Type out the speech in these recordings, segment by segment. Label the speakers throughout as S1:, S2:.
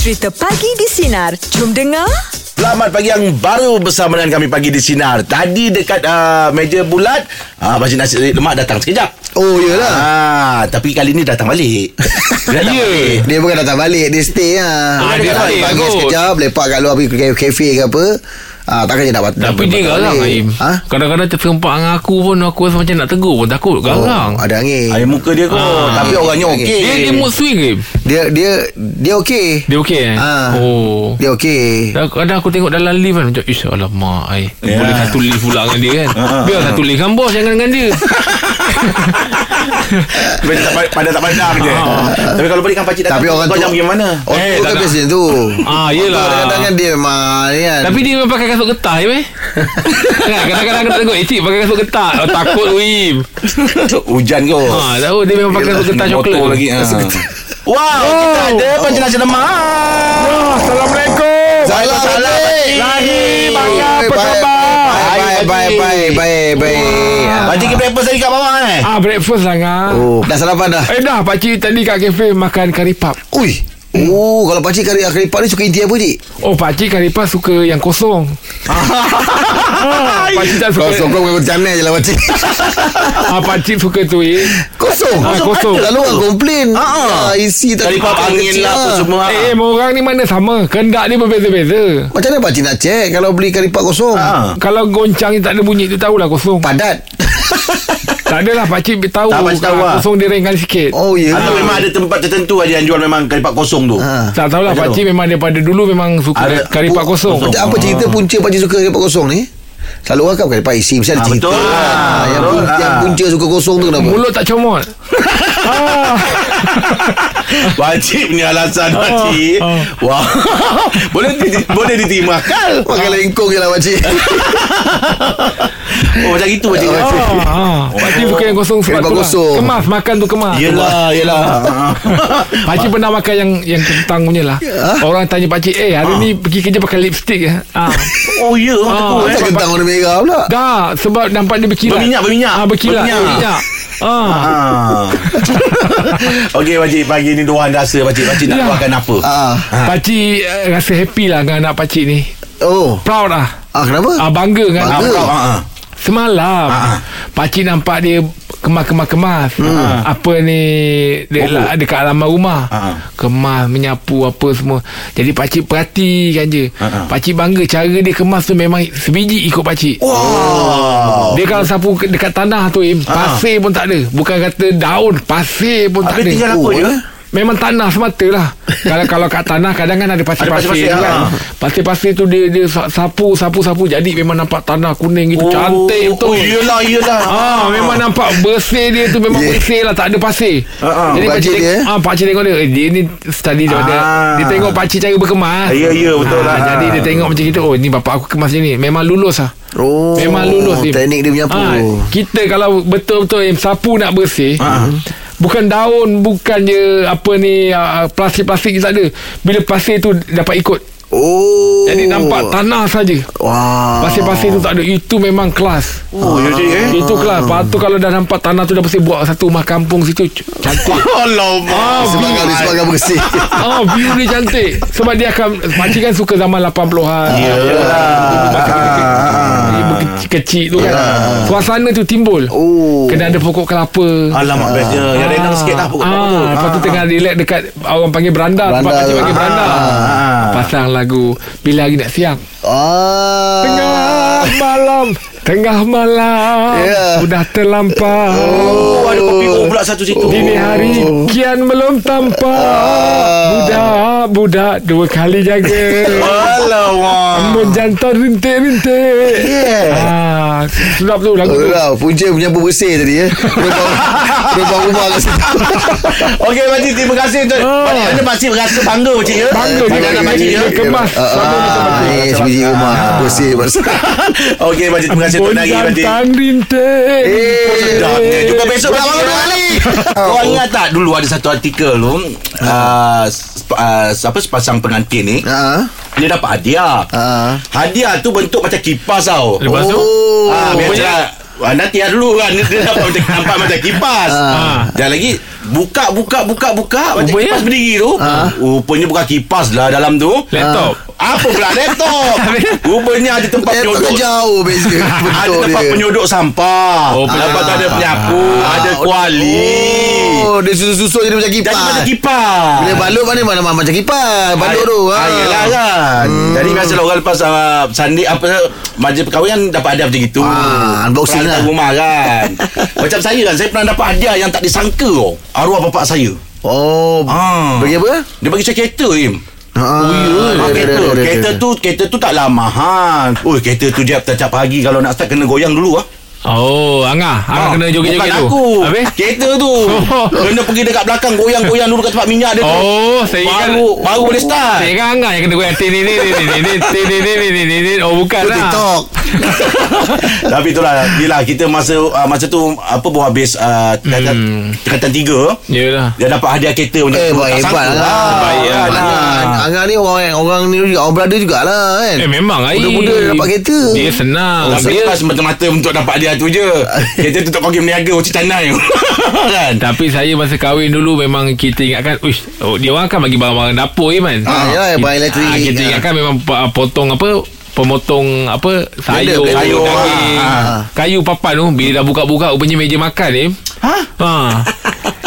S1: Cerita Pagi di Sinar. Jom dengar.
S2: Selamat pagi yang baru bersama dengan kami pagi di Sinar. Tadi dekat uh, meja bulat, uh, Pakcik Nasi Lemak datang sekejap.
S3: Oh iyalah
S2: Ah, Ya. tapi kali ni datang balik. Dia datang balik.
S3: Dia bukan datang balik Dia stay lah
S4: Ah, dia
S3: Lepak
S4: balik
S3: Pagi
S4: kot.
S3: sekejap Lepak kat luar Pergi ke kafe ke apa ah, Takkan dia nak bat-
S4: Tapi
S3: nak
S4: dia
S3: balik.
S4: garang Aim
S3: Ha?
S4: Kadang-kadang terserempak dengan aku pun Aku rasa macam nak tegur pun Takut garang
S3: Oh, ada angin
S2: Air muka dia kot. tapi orangnya Ah. okey.
S4: Dia dia mood swing Aim
S3: Dia dia dia okey
S4: Dia okey eh
S3: Ah.
S4: Oh
S3: Dia okey
S4: Dan Kadang aku tengok dalam lift kan Macam Ish alamak ai.
S2: Ya.
S4: Boleh satu lift pula dengan dia kan Biar satu lift dengan bos Jangan dengan dia
S2: Dia tak pa- Pada tak pandang je. Tapi kalau balik kan pakcik datang,
S3: Tapi orang
S2: kau
S3: tu
S2: jangan pergi mana?
S3: Orang
S4: Eh,
S3: tu
S4: tak
S3: kan
S4: nak.
S3: biasanya tu
S4: Ah
S3: Orang tu Kadang-kadang
S4: yelah
S3: dia memang ni kan
S4: tapi dia memang pakai kasut getah je weh. Kan, Kadang-kadang aku tengok Eh cik pakai kasut getah oh, Takut Wim
S2: Hujan kot.
S4: ha, Tahu dia memang pakai kasut getah
S2: Kena
S4: coklat
S2: Ah, motor lagi. Ha. Wow, kita ada Pakcik Nasi Lemak. Assalamualaikum. Baik,
S3: Assalamualaikum. Baik,
S2: baik,
S3: Baik baik baik baik baik
S2: baik. Pakcik ke breakfast tadi kat bawah eh?
S4: Ah breakfast lah ngah.
S3: Ah. Oh, Dah sarapan dah
S4: Eh dah pakcik tadi kat kafe makan kari pap.
S3: Ui Oh, kalau pakcik kari kari pak ni suka inti apa cik?
S4: Oh pakcik kari pap suka yang kosong. ah, pakcik tak suka.
S3: Kosong kau bukan jamin je lah pakcik
S4: Ah pakcik suka tu eh.
S3: Kosong
S4: Ah, kosong.
S3: Lalu orang komplain
S2: Ah.
S3: Ah, Isi tak
S2: Tadi pop
S3: tak
S2: angin
S3: kecil
S2: lah apa semua.
S4: Eh, eh orang ni mana sama. Kendak dia berbeza-beza.
S3: Macam mana pakcik nak cek Kalau beli karipap kosong
S2: Ah.
S4: Kalau goncang ni tak ada bunyi tu tahulah kosong.
S3: Padat
S4: tak adalah pakcik tahu.
S2: Tak, pakcik tahu
S4: Kalau
S2: lah.
S4: Kosong dia rengkan sikit.
S3: Oh ya
S2: Atau memang ada tempat tertentu ada yang jual memang kalipat kosong tu.
S3: Ah.
S4: eh, Tak tahulah
S2: Macam
S4: pakcik memang daripada dulu memang suka
S2: Ada-
S4: kari pap kosong.
S3: Macam apa
S2: Ah.
S3: cerita punca pakcik suka karipap kosong ni Selalu orang kan karipap isi Mesti ada
S2: Ah,
S3: cerita
S2: betul.
S3: kan?
S2: Ah,
S3: yang,
S2: betul.
S3: punca,
S2: Ah.
S3: yang punca suka kosong tu kenapa
S4: Mulut tak comot. ah.
S2: Wajib punya alasan wajib.
S4: oh.
S2: Wah. boleh di- boleh diterima akal.
S3: Makan lengkong je lah pakcik
S2: Oh macam itu macam itu.
S4: Ah,
S2: Oh.
S4: pakcik suka yang kosong
S3: Kari
S4: sebab
S3: pap
S4: tu lah.
S3: kosong.
S4: Kemas makan tu kemas.
S2: Yelah, yelah.
S4: Pakcik pernah makan yang yang kentang punya lah.
S2: Ah.
S4: Orang tanya pakcik, eh hari ni pergi kerja pakai lipstick ke? Ah.
S2: oh ya, orang
S4: Ah.
S2: tegur eh.
S3: Macam kentang warna merah pula
S4: Dah, sebab nampak dia berkilat.
S2: Berminyak, berminyak.
S4: Ah, berkilat.
S2: Berminyak.
S4: Berminyak. Ah.
S2: Ah. Okey pakcik pagi ni Dohan rasa pakcik pakcik nak
S4: Ya.
S2: keluarkan apa?
S3: Ah.
S2: Ha.
S4: Pakcik eh, rasa happy lah dengan anak pakcik ni.
S3: Oh
S4: Proud lah.
S3: Ah kenapa?
S4: Ah, bangga dengan
S3: Bangga.
S4: anak.
S2: Ah, ah, ah.
S4: Semalam,
S2: Ah, ah.
S4: pakcik nampak dia kemas-kemas-kemas.
S2: Hmm.
S4: Ha. Apa ni, dia
S2: Bobok.
S4: lah, dekat halaman rumah.
S2: Ah, ah.
S4: Kemas, menyapu, apa semua. Jadi pakcik perhatikan je.
S2: Ah, ah.
S4: Pakcik bangga cara dia kemas tu memang sebiji ikut pakcik.
S2: Wow.
S4: Dia kalau sapu ke- dekat tanah tu Im,
S2: Ah.
S4: Pasir pun tak ada Bukan kata daun Pasir pun
S2: Habis
S4: tak ada
S2: tinggal apa
S3: Oh,
S2: dia?
S3: eh.
S4: Memang tanah semata lah Kalau kalau kat tanah Kadang kan ada
S2: Ada
S4: pasir-pasir
S2: pasir-pasir,
S4: tu
S2: ah.
S4: kan Pasir-pasir tu dia, dia sa- sapu Sapu sapu Jadi memang nampak tanah kuning gitu Cantik
S2: Oh,
S4: betul
S2: yelah, yelah.
S4: Ah, memang nampak bersih dia tu memang
S3: Yeah.
S4: yeah. bersih lah tak ada pasir.
S2: Ah, ah.
S4: Jadi
S3: Pakcik
S4: pakcik
S3: dia, eh?
S4: tengok, ah pakcik tengok dia eh, dia ni study ah. dia.
S2: Ah.
S4: Dia tengok pakcik cara berkemas.
S2: Ya, ya, betul
S4: Ah,
S2: lah.
S4: Jadi dia tengok macam gitu oh ni bapak aku kemas macam ni memang lulus lah.
S3: Oh
S4: Memang lulus Im.
S3: Teknik dia menyapu
S4: Ah, Kita kalau betul-betul Im, Sapu nak bersih
S2: Ah.
S4: Bukan daun Bukan je Apa ni ah, Plastik-plastik je tak ada Bila pasir tu Dapat ikut
S3: Oh Ah.
S4: Jadi nampak tanah saja
S3: Wah
S4: Pasir-pasir tu tak ada Itu memang kelas
S2: Oh, ya cik
S3: Ah.
S2: eh.
S4: Itu kelas Lepas tu kalau dah nampak Tanah tu dah bersih Buat satu rumah kampung situ c- Cantik
S2: Alamak.
S3: Semangat dia semangat bersih
S4: Oh view dia cantik Sebab dia akan Pakcik kan suka zaman 80-an
S3: Ya.
S2: Ah. Yelah.
S4: Kecil, kecil tu kan Suasana tu timbul
S3: Ah. Ya. Oh.
S4: Kena ada pokok kelapa
S2: Alamak bestnya. Yang renang sikit lah pokok
S4: ah, Lepas tu tengah relax dekat Orang panggil beranda Tempat
S3: Beranda
S4: pakcik
S3: tu.
S4: panggil beranda
S2: Ah.
S4: Pasang lagu Bila hari nak siang
S3: Ah.
S4: Tengah malam Tengah malam
S3: Ya.
S4: Sudah terlampau
S2: Oh, ada kopi O pula satu situ.
S4: Dini hari kian belum tampak
S3: Ah.
S4: Budak-budak dua kali jaga
S2: Alamak.
S4: Mun jantan rintik-rintik
S3: Yeah.
S4: ah, Sedap tu lagu tu
S3: Wow, punca menyapu bersih tadi ya. Rumah rumah kat situ.
S2: Okey, Pakcik. Terima kasih. Tuan.
S4: Ah.
S2: Pakcik, anda masih rasa bangga, Pakcik. ya?
S4: Bangga dia
S2: Bangga
S4: dengan
S2: dengan
S4: anak
S2: Pakcik, ya?
S4: dia kemas
S3: Ah,
S4: Suara dia kemas.
S3: ah, eh, sebiji rumah bersih bersih.
S2: Okey, Pakcik. Terima kasih. Tuan Nari, Pakcik.
S4: Jantan rintik
S3: Eh,
S2: Sedapnya. Jumpa besok,
S3: Berapa
S2: Pakcik.
S3: dua
S2: ya?
S3: kali?
S2: Kau ingat tak dulu ada satu artikel tu uh, sep- uh, apa sepasang pengantin ni
S3: Ah.
S2: dia dapat hadiah.
S3: Ah.
S2: Hadiah tu bentuk macam kipas tau.
S4: Lepas tu
S3: Oh.
S2: Ah, biasa. Ah, nanti lah dulu kan Dia dapat macam, nampak macam kipas
S3: Ah.
S2: Dan lagi Buka buka buka buka Macam
S4: Rupanya-
S2: kipas berdiri tu
S3: Ah.
S2: Rupanya bukan kipas lah dalam tu
S4: Laptop.
S2: Ah. Apa pula laptop Rupanya ada tempat
S3: Laptop
S2: penyodok
S3: kan jauh beza
S2: Ada
S3: Bentuk
S2: tempat
S3: dia
S2: penyodok sampah
S4: Oh,
S2: oh, Lepas tu ada penyapu Ada kuali
S3: Ah, Oh dia susun-susun jadi macam
S2: Jadi
S3: kipas
S2: macam kipas
S3: Bila balut mana mana macam kipas Balut tu
S2: ah. Yelah kan hmm. Jadi biasalah orang lepas uh, Sandi apa Majlis perkahwinan Dapat hadiah macam gitu
S3: Ah, unboxing
S2: Peralatan
S3: lah.
S2: rumah kan Macam saya kan Saya pernah dapat hadiah Yang tak disangka oh. Arwah bapak saya
S3: Oh
S2: Ah.
S3: Bagi apa?
S2: Dia bagi saya kereta Im
S3: Oh
S2: Ah, kereta Kereta tu Kereta tu taklah mahal Oh kereta tu dia Tiap pagi Kalau nak start Kena goyang dulu ah. Ha.
S4: Oh, Angah, Angah kena joget-joget
S2: Bukan
S4: tu.
S2: aku
S4: Habis?
S2: Kereta tu Kena pergi dekat belakang Goyang-goyang dulu Kat tempat minyak dia tu
S4: Oh, saya ingat
S2: Baru Baru boleh start
S4: Saya ingat Angah lah yang kena goyang tin ni ni ni ni ni tin ni ni ni ni ni. Oh, bukan
S3: Itu
S4: lah.
S3: TikTok
S2: Tapi itulah Yelah kita masa uh, Masa tu Apa baru habis uh, Dekatan Dekatan tiga
S4: Hmm. Yelah. ya.
S2: Dia dapat hadiah kereta macam
S3: Eh
S2: tu.
S3: buat
S2: Tak
S3: hebat
S2: sangka
S3: lah
S2: Baik lah
S3: Angah- Angah ni orang eh, orang ni juga Orang brother jugalah kan
S4: Eh memang ai.
S3: Budak-budak dapat kereta Oh,
S4: Dia senang.
S2: Tapi
S4: dia
S2: pas mata-mata Untuk dapat hadiah tu je Kereta tu tak panggil meniaga Macam tanai Kan
S4: Tapi saya masa kahwin dulu memang kita ingatkan Uish, oh, dia orang kan bagi barang-barang dapur je man.
S3: Ah, yalah, barang elektrik.
S4: Ah, kita
S3: Ah.
S4: ingatkan memang pa- potong apa pemotong apa sayur,
S3: blender.
S4: sayur
S2: Ah.
S4: daging,
S2: Ah.
S4: kayu papan tu bila dah buka-buka rupanya meja makan ni. Eh.
S2: Ha?
S4: Ha.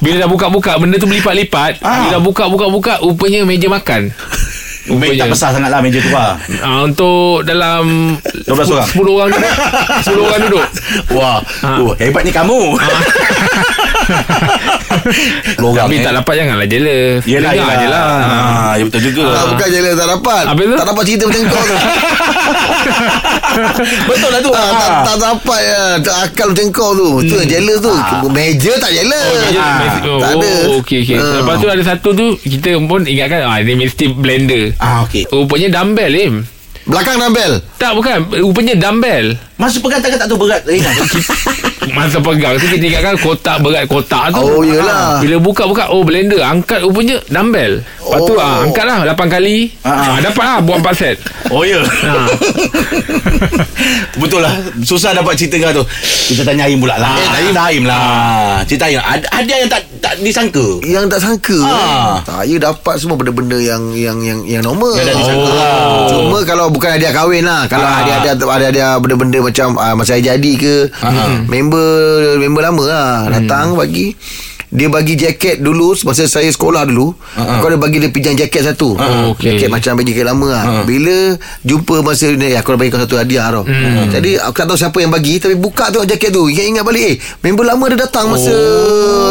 S4: Bila dah buka-buka benda tu berlipat-lipat,
S2: Ah.
S4: bila buka-buka-buka rupanya meja makan.
S2: Baik tak besar sangat lah meja tu lah
S4: Ah, untuk dalam
S2: 12 orang.
S4: 10 orang duduk 10 orang duduk
S2: Wah
S4: Ah.
S2: oh, Hebatnya kamu
S4: Ha.
S2: Lorang, eh.
S4: Tapi tak dapat janganlah jealous
S2: Yelah
S4: Dengar je lah
S2: Ah, ya betul juga
S3: Ah, Bukan je lah tak dapat
S4: Habis tu?
S3: Tak dapat cerita macam kau tu
S2: Betul lah tu
S3: Ah, tak,
S2: Ah.
S3: tak dapat ya. Tak akal macam kau tu Tu yang jealous tu Meja tak jealous
S4: Oh, meja-
S3: Ah,
S4: meja- oh,
S3: Tak ada
S4: oh, okey okey.
S3: Ah.
S4: Lepas tu ada satu tu kita pun ingatkan ah ni mesti blender.
S2: Ah, okey.
S4: Rupanya dumbbell Im.
S3: Belakang dumbbell
S4: Tak bukan, rupanya dumbbell.
S2: Masa pegang tangan tak tahu berat Eh, Ringan
S4: Masa pegang tu kita ingatkan kotak berat kotak tu.
S3: Oh, yelah.
S4: Ah, Bila buka-buka oh blender angkat rupanya dumbbell. Lepas tu
S3: Oh.
S4: ah angkatlah 8 kali.
S2: Ah.
S4: Ah, dapat lah buat 4 set.
S2: Oh ya
S4: Ha.
S2: Betul lah Susah dapat cerita kau tu Kita tanya Aim pula lah eh, Aim Aim lah Cerita Aim Ad- Ada yang tak, tak disangka
S3: Yang tak sangka
S2: Ah.
S3: Saya dapat semua benda-benda yang Yang yang yang normal
S2: Yang tak disangka
S3: Ah.
S2: lah.
S3: Cuma kalau bukan hadiah kahwin lah Kalau
S2: Ah.
S3: hadiah ada ada ada benda-benda macam ah, Masa saya jadi ke
S2: Ah.
S3: Hmm. Member Member lama lah
S2: Hmm.
S3: Datang bagi dia bagi jaket dulu Masa saya sekolah dulu
S2: Ah,
S3: uh-huh. Kau ada bagi dia pinjam jaket satu
S4: Ah, okey.
S3: Jaket macam bagi jaket lama lah
S2: Ah.
S3: uh-huh. Bila Jumpa masa ni eh, Aku dah bagi kau satu hadiah tau
S2: Hmm.
S3: uh-huh. Jadi aku tak tahu siapa yang bagi Tapi buka tengok jaket tu Ingat-ingat balik Eh member lama dia datang masa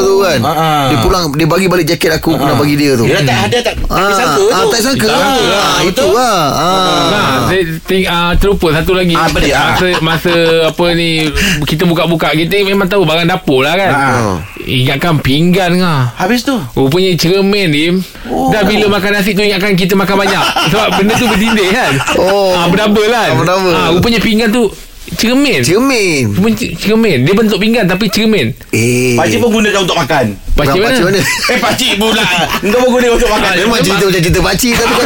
S3: tu kan
S2: Ah.
S3: Dia pulang Dia bagi balik jaket aku Aku nak bagi dia tu
S2: Dia tak ada tak, tak
S3: Ah,
S2: disangka
S3: ah,
S2: tu
S3: tak
S2: Tak
S3: sangka lah.
S2: sangka lah,
S3: Ah, itu
S2: betul.
S3: lah. Ah.
S4: Nah, saya ting, uh, terlupa satu lagi.
S2: Ah, apa dia? Ah.
S4: Masa masa apa ni kita buka-buka kita memang tahu barang dapur lah kan.
S2: Ah.
S4: Ingatkan pinggan ngah.
S2: Habis tu
S3: Eh.
S4: Rupanya cermin ni oh. Dah bila makan nasi tu Ingatkan kita makan banyak Sebab benda tu berdinding kan
S3: Oh.
S4: ah, Berdouble kan
S3: Ah, berdouble.
S4: ah, Rupanya pinggan tu Cermin
S3: Cermin.
S4: Rupanya cer- cermin Dia bentuk pinggan Tapi cermin
S3: Eh.
S2: Pakcik pun gunakan untuk makan
S3: Bukan
S4: Pakcik
S3: pakcik
S4: mana?
S3: mana?
S2: Eh pakcik pula Ah, Kau pun gunakan untuk makan
S3: Memang cerita macam cerita pakcik tapi kau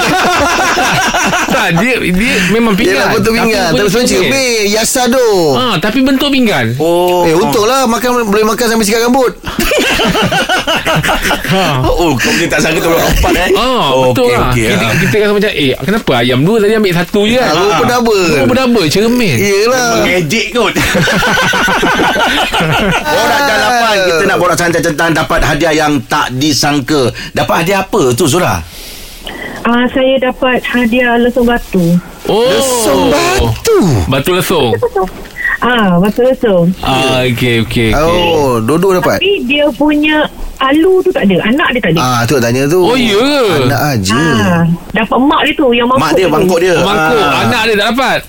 S4: tak, dia, dia memang pinggan
S3: Yelah betul
S4: Tapi
S3: pinggan.
S4: rupanya
S3: Tapi sebenarnya cermin. Yasa tu.
S4: ah, Tapi bentuk pinggan
S2: Oh
S3: Eh untunglah makan boleh makan sambil sikat rambut.
S4: ha.
S2: Oh kau boleh tak sangka tu orang empat eh
S4: Oh, betul
S2: Okey,
S4: lah.
S2: okey,
S4: kita,
S2: ah.
S4: kita rasa macam, eh, kenapa ayam dua tadi ambil satu je kan?
S3: Aku pun double.
S4: Aku double, cermin.
S3: Yelah.
S2: Magic kot Borak jalapan Kita nak borak santai tentang Dapat hadiah yang tak disangka Dapat hadiah apa tu Zura?
S5: Ah, saya dapat hadiah lesung batu.
S4: Oh.
S3: Lesung batu.
S4: Batu lesung.
S5: Ah, batu lesung.
S4: ah, okey, okey, okey.
S3: Oh, dua-dua dapat.
S5: Tapi dia punya alu tu tak ada. Anak dia tak ada.
S3: Ah, tu tanya tu.
S4: Oh, ya.
S3: Anak aja.
S5: Ah, dapat mak dia tu yang mangkuk.
S2: Mak dia,
S5: tu.
S2: mangkuk dia Ah.
S4: Mangkuk, Oh, anak dia tak dapat.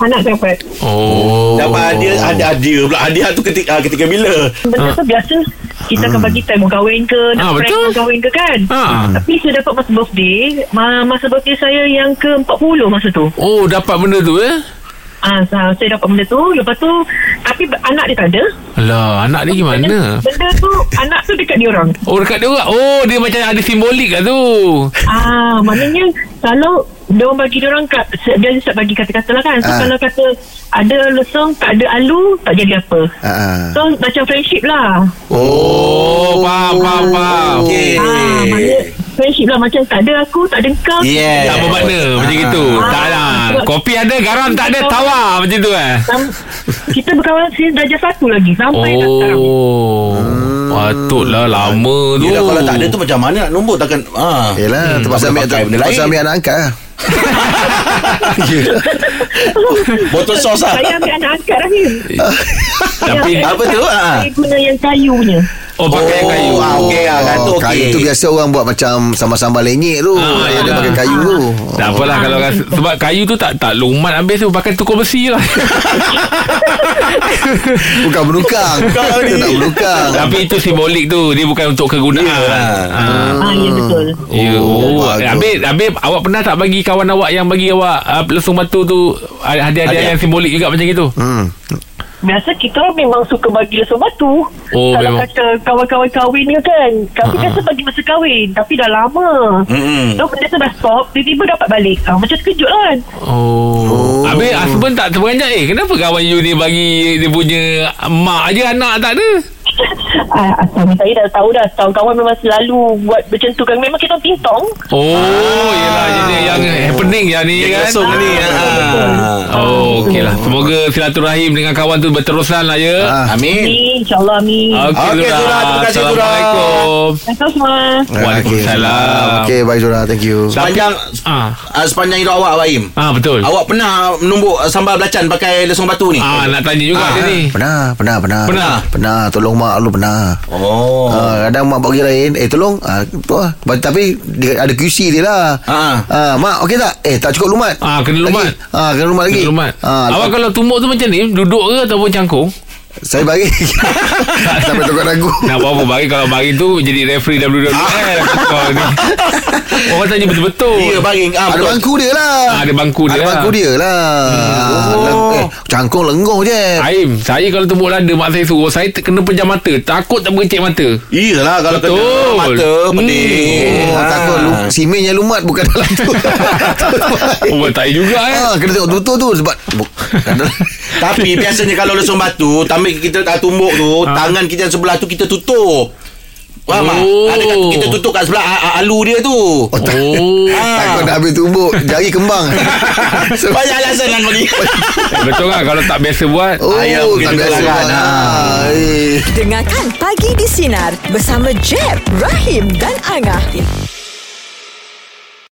S5: Anak dapat.
S4: Oh.
S2: Dapat hadiah Ada hadiah pula Hadiah tu ketika, ah, ketika bila
S5: Benda tu biasa kita
S2: Ah.
S5: akan bagi time berkahwin ke, nak
S4: Ah,
S5: prank
S4: betul.
S5: berkahwin ke kan.
S4: Ah.
S5: Tapi saya dapat masa birthday, ma- masa birthday saya yang ke-40 masa tu.
S4: Oh, dapat benda tu eh?
S5: Ah, sa- saya dapat benda tu. Lepas tu Tapi anak dia tak ada
S4: Alah, anak dia gimana?
S5: Benda tu Anak tu dekat dia orang
S4: Oh, dekat dia orang. Oh, dia macam ada simbolik kat tu.
S5: Ah, maknanya kalau dia orang bagi dia orang kat dia just bagi kata-kata lah kan. So
S3: Ah.
S5: kalau kata ada lesung tak ada alu tak jadi apa.
S3: Ah.
S5: So macam friendship lah.
S4: Oh, faham, faham, faham.
S2: Okey.
S5: Ah, maknanya friendship lah macam tak ada aku tak ada kau.
S3: Eh. Yeah.
S4: Tak bermakna macam
S3: Ah.
S4: itu.
S5: Ah.
S4: Tak lah. Kopi ada, garam tak ada, tawa macam tu eh.
S5: Sam- kita berkawan since darjah satu lagi sampai oh. sekarang.
S4: Oh. Patutlah lama
S2: Hmm.
S4: tu.
S2: Yelah kalau tak ada tu macam mana nak nombor takkan ha.
S3: Yelah hmm,
S2: tak
S3: terpaksa ambil
S2: boleh pakai benda
S3: terpaksa
S2: lain.
S3: ambil anak angkat lah.
S2: Botol sos lah
S5: Saya ambil anak angkat lah ni.
S4: Tapi
S2: Apa tu? Ha.
S5: Saya guna yang kayu punya.
S4: oh pakai yang kayu.
S2: ah, okey lah. Kan tu
S3: Oh,
S2: okey. ya,
S3: kayu tu biasa orang buat macam sambal-sambal lenyek tu.
S4: Ah,
S3: yang dia
S4: yelah.
S3: pakai kayu tu.
S4: Tak apalah kalau rasa, sebab kayu tu tak tak lumat habis tu pakai tukar besi lah.
S3: Bukan menukang. Dia tak menukang.
S4: Tapi itu simbolik tu dia bukan untuk
S2: Ya.
S4: kegunaan. Ah.
S5: Ah, ya betul.
S4: Ya, oh,
S3: bagus.
S4: habis, habis awak pernah tak bagi kawan awak yang bagi awak uh, lesung batu tu ah, hadiah-hadiah yang simbolik juga macam itu?
S3: Hmm.
S5: Biasa kita memang suka bagi lesung batu.
S4: Oh,
S5: Kalau
S4: memang.
S5: kata kawan-kawan kahwin ni kan. Kami biasa bagi masa kahwin. Tapi dah lama.
S2: Mm-mm.
S5: So, benda tu dah stop. Tiba-tiba dapat balik. Ah, macam terkejut kan.
S4: Oh.
S3: Oh.
S4: Habis husband tak terperanjat eh kenapa kawan you ni bagi dia punya mak aja anak tak ada?
S5: Ah, suami saya dah tahu dah. Setahun kawan memang selalu buat macam tu kan. Memang kita tintong.
S4: Oh,
S2: Ah.
S4: yelah jadi yang happening yang ni
S2: Dia
S4: kan.
S2: kosong ni ha.
S4: Oh, okeylah. Semoga silaturahim dengan kawan tu berterusan lah ya.
S3: Ah.
S2: Amin
S5: Ni, insyaAllah ni.
S4: Okey,
S2: Okey,
S4: okay,
S2: Zura. Terima kasih, Zura.
S4: Assalamualaikum.
S5: Assalamualaikum semua.
S4: Waalaikumsalam.
S3: Okay, bye Zura. Thank you.
S2: Sepanjang
S4: Ah,
S2: ah, Sepanjang hidup awak Awak Im
S4: ah betul.
S2: Awak pernah menumbuk ah, sambal belacan Pakai lesung batu ni
S4: Ah, nak tanya juga
S2: Ah.
S4: dia ni.
S3: Pernah, pernah, pernah.
S4: Pernah?
S3: Pernah. Tolong mak lu pernah.
S2: Oh
S3: Ah, kadang mak bagi lain Eh tolong ah, tu lah. Ba- Tapi dia, ada QC dia lah
S2: Ah.
S3: Ah, Mak okey tak Eh tak cukup lumat
S4: Ah, kena
S3: Lagi.
S4: lumat.
S3: ah, Kena lumat lagi
S4: Okay. Rumah.
S3: ah,
S4: Awak
S3: lepas-
S4: kalau tumbuk tu macam ni Duduk ke ataupun cangkung
S3: Saya bagi Sampai tukar ragu
S4: Nak buat apa bagi Kalau bagi tu Jadi referee WWE
S2: Ah.
S4: kan Kau ni Orang tanya betul-betul
S2: Ya baring ah,
S3: Ada
S2: betul.
S3: bangku dia lah
S4: Ah, ada bangku dia
S3: Ada
S4: lah. Hmm.
S3: bangku dia lah Ah,
S2: Oh.
S3: leng- eh, Cangkung lengoh je
S4: Aim Saya kalau tumbuk lada Mak saya suruh Saya te- kena pejam mata Takut tak berkecik mata
S2: Iyalah kalau
S4: Betul. Hmm.
S2: kena mata pedih.
S3: Oh,
S2: Ah.
S3: takut lu, simen yang lumat bukan dalam tu.
S4: Oh tak juga eh
S3: ah, kena tengok betul-betul tu sebab bu- kadang-
S2: Tapi biasanya kalau lesung batu Tambik kita tak tumbuk tu
S4: Ah.
S2: Tangan kita yang sebelah tu kita tutup Faham tak?
S4: Oh.
S2: Ada kat, kita tutup kat sebelah a- a- alu dia tu Ah.
S3: Oh, tak-
S4: Oh
S3: Takut nak habis tumbuk Jari kembang Sebab
S2: Banyak alasan kan kau ni
S4: Eh, Betul kan Kalau tak biasa buat
S3: Oh
S2: Ayam mungkin
S3: tak biasa
S2: terkeluarkan.
S3: kan ah, eh.
S1: Dengarkan Pagi di Sinar bersama Jeb, Rahim dan Angah.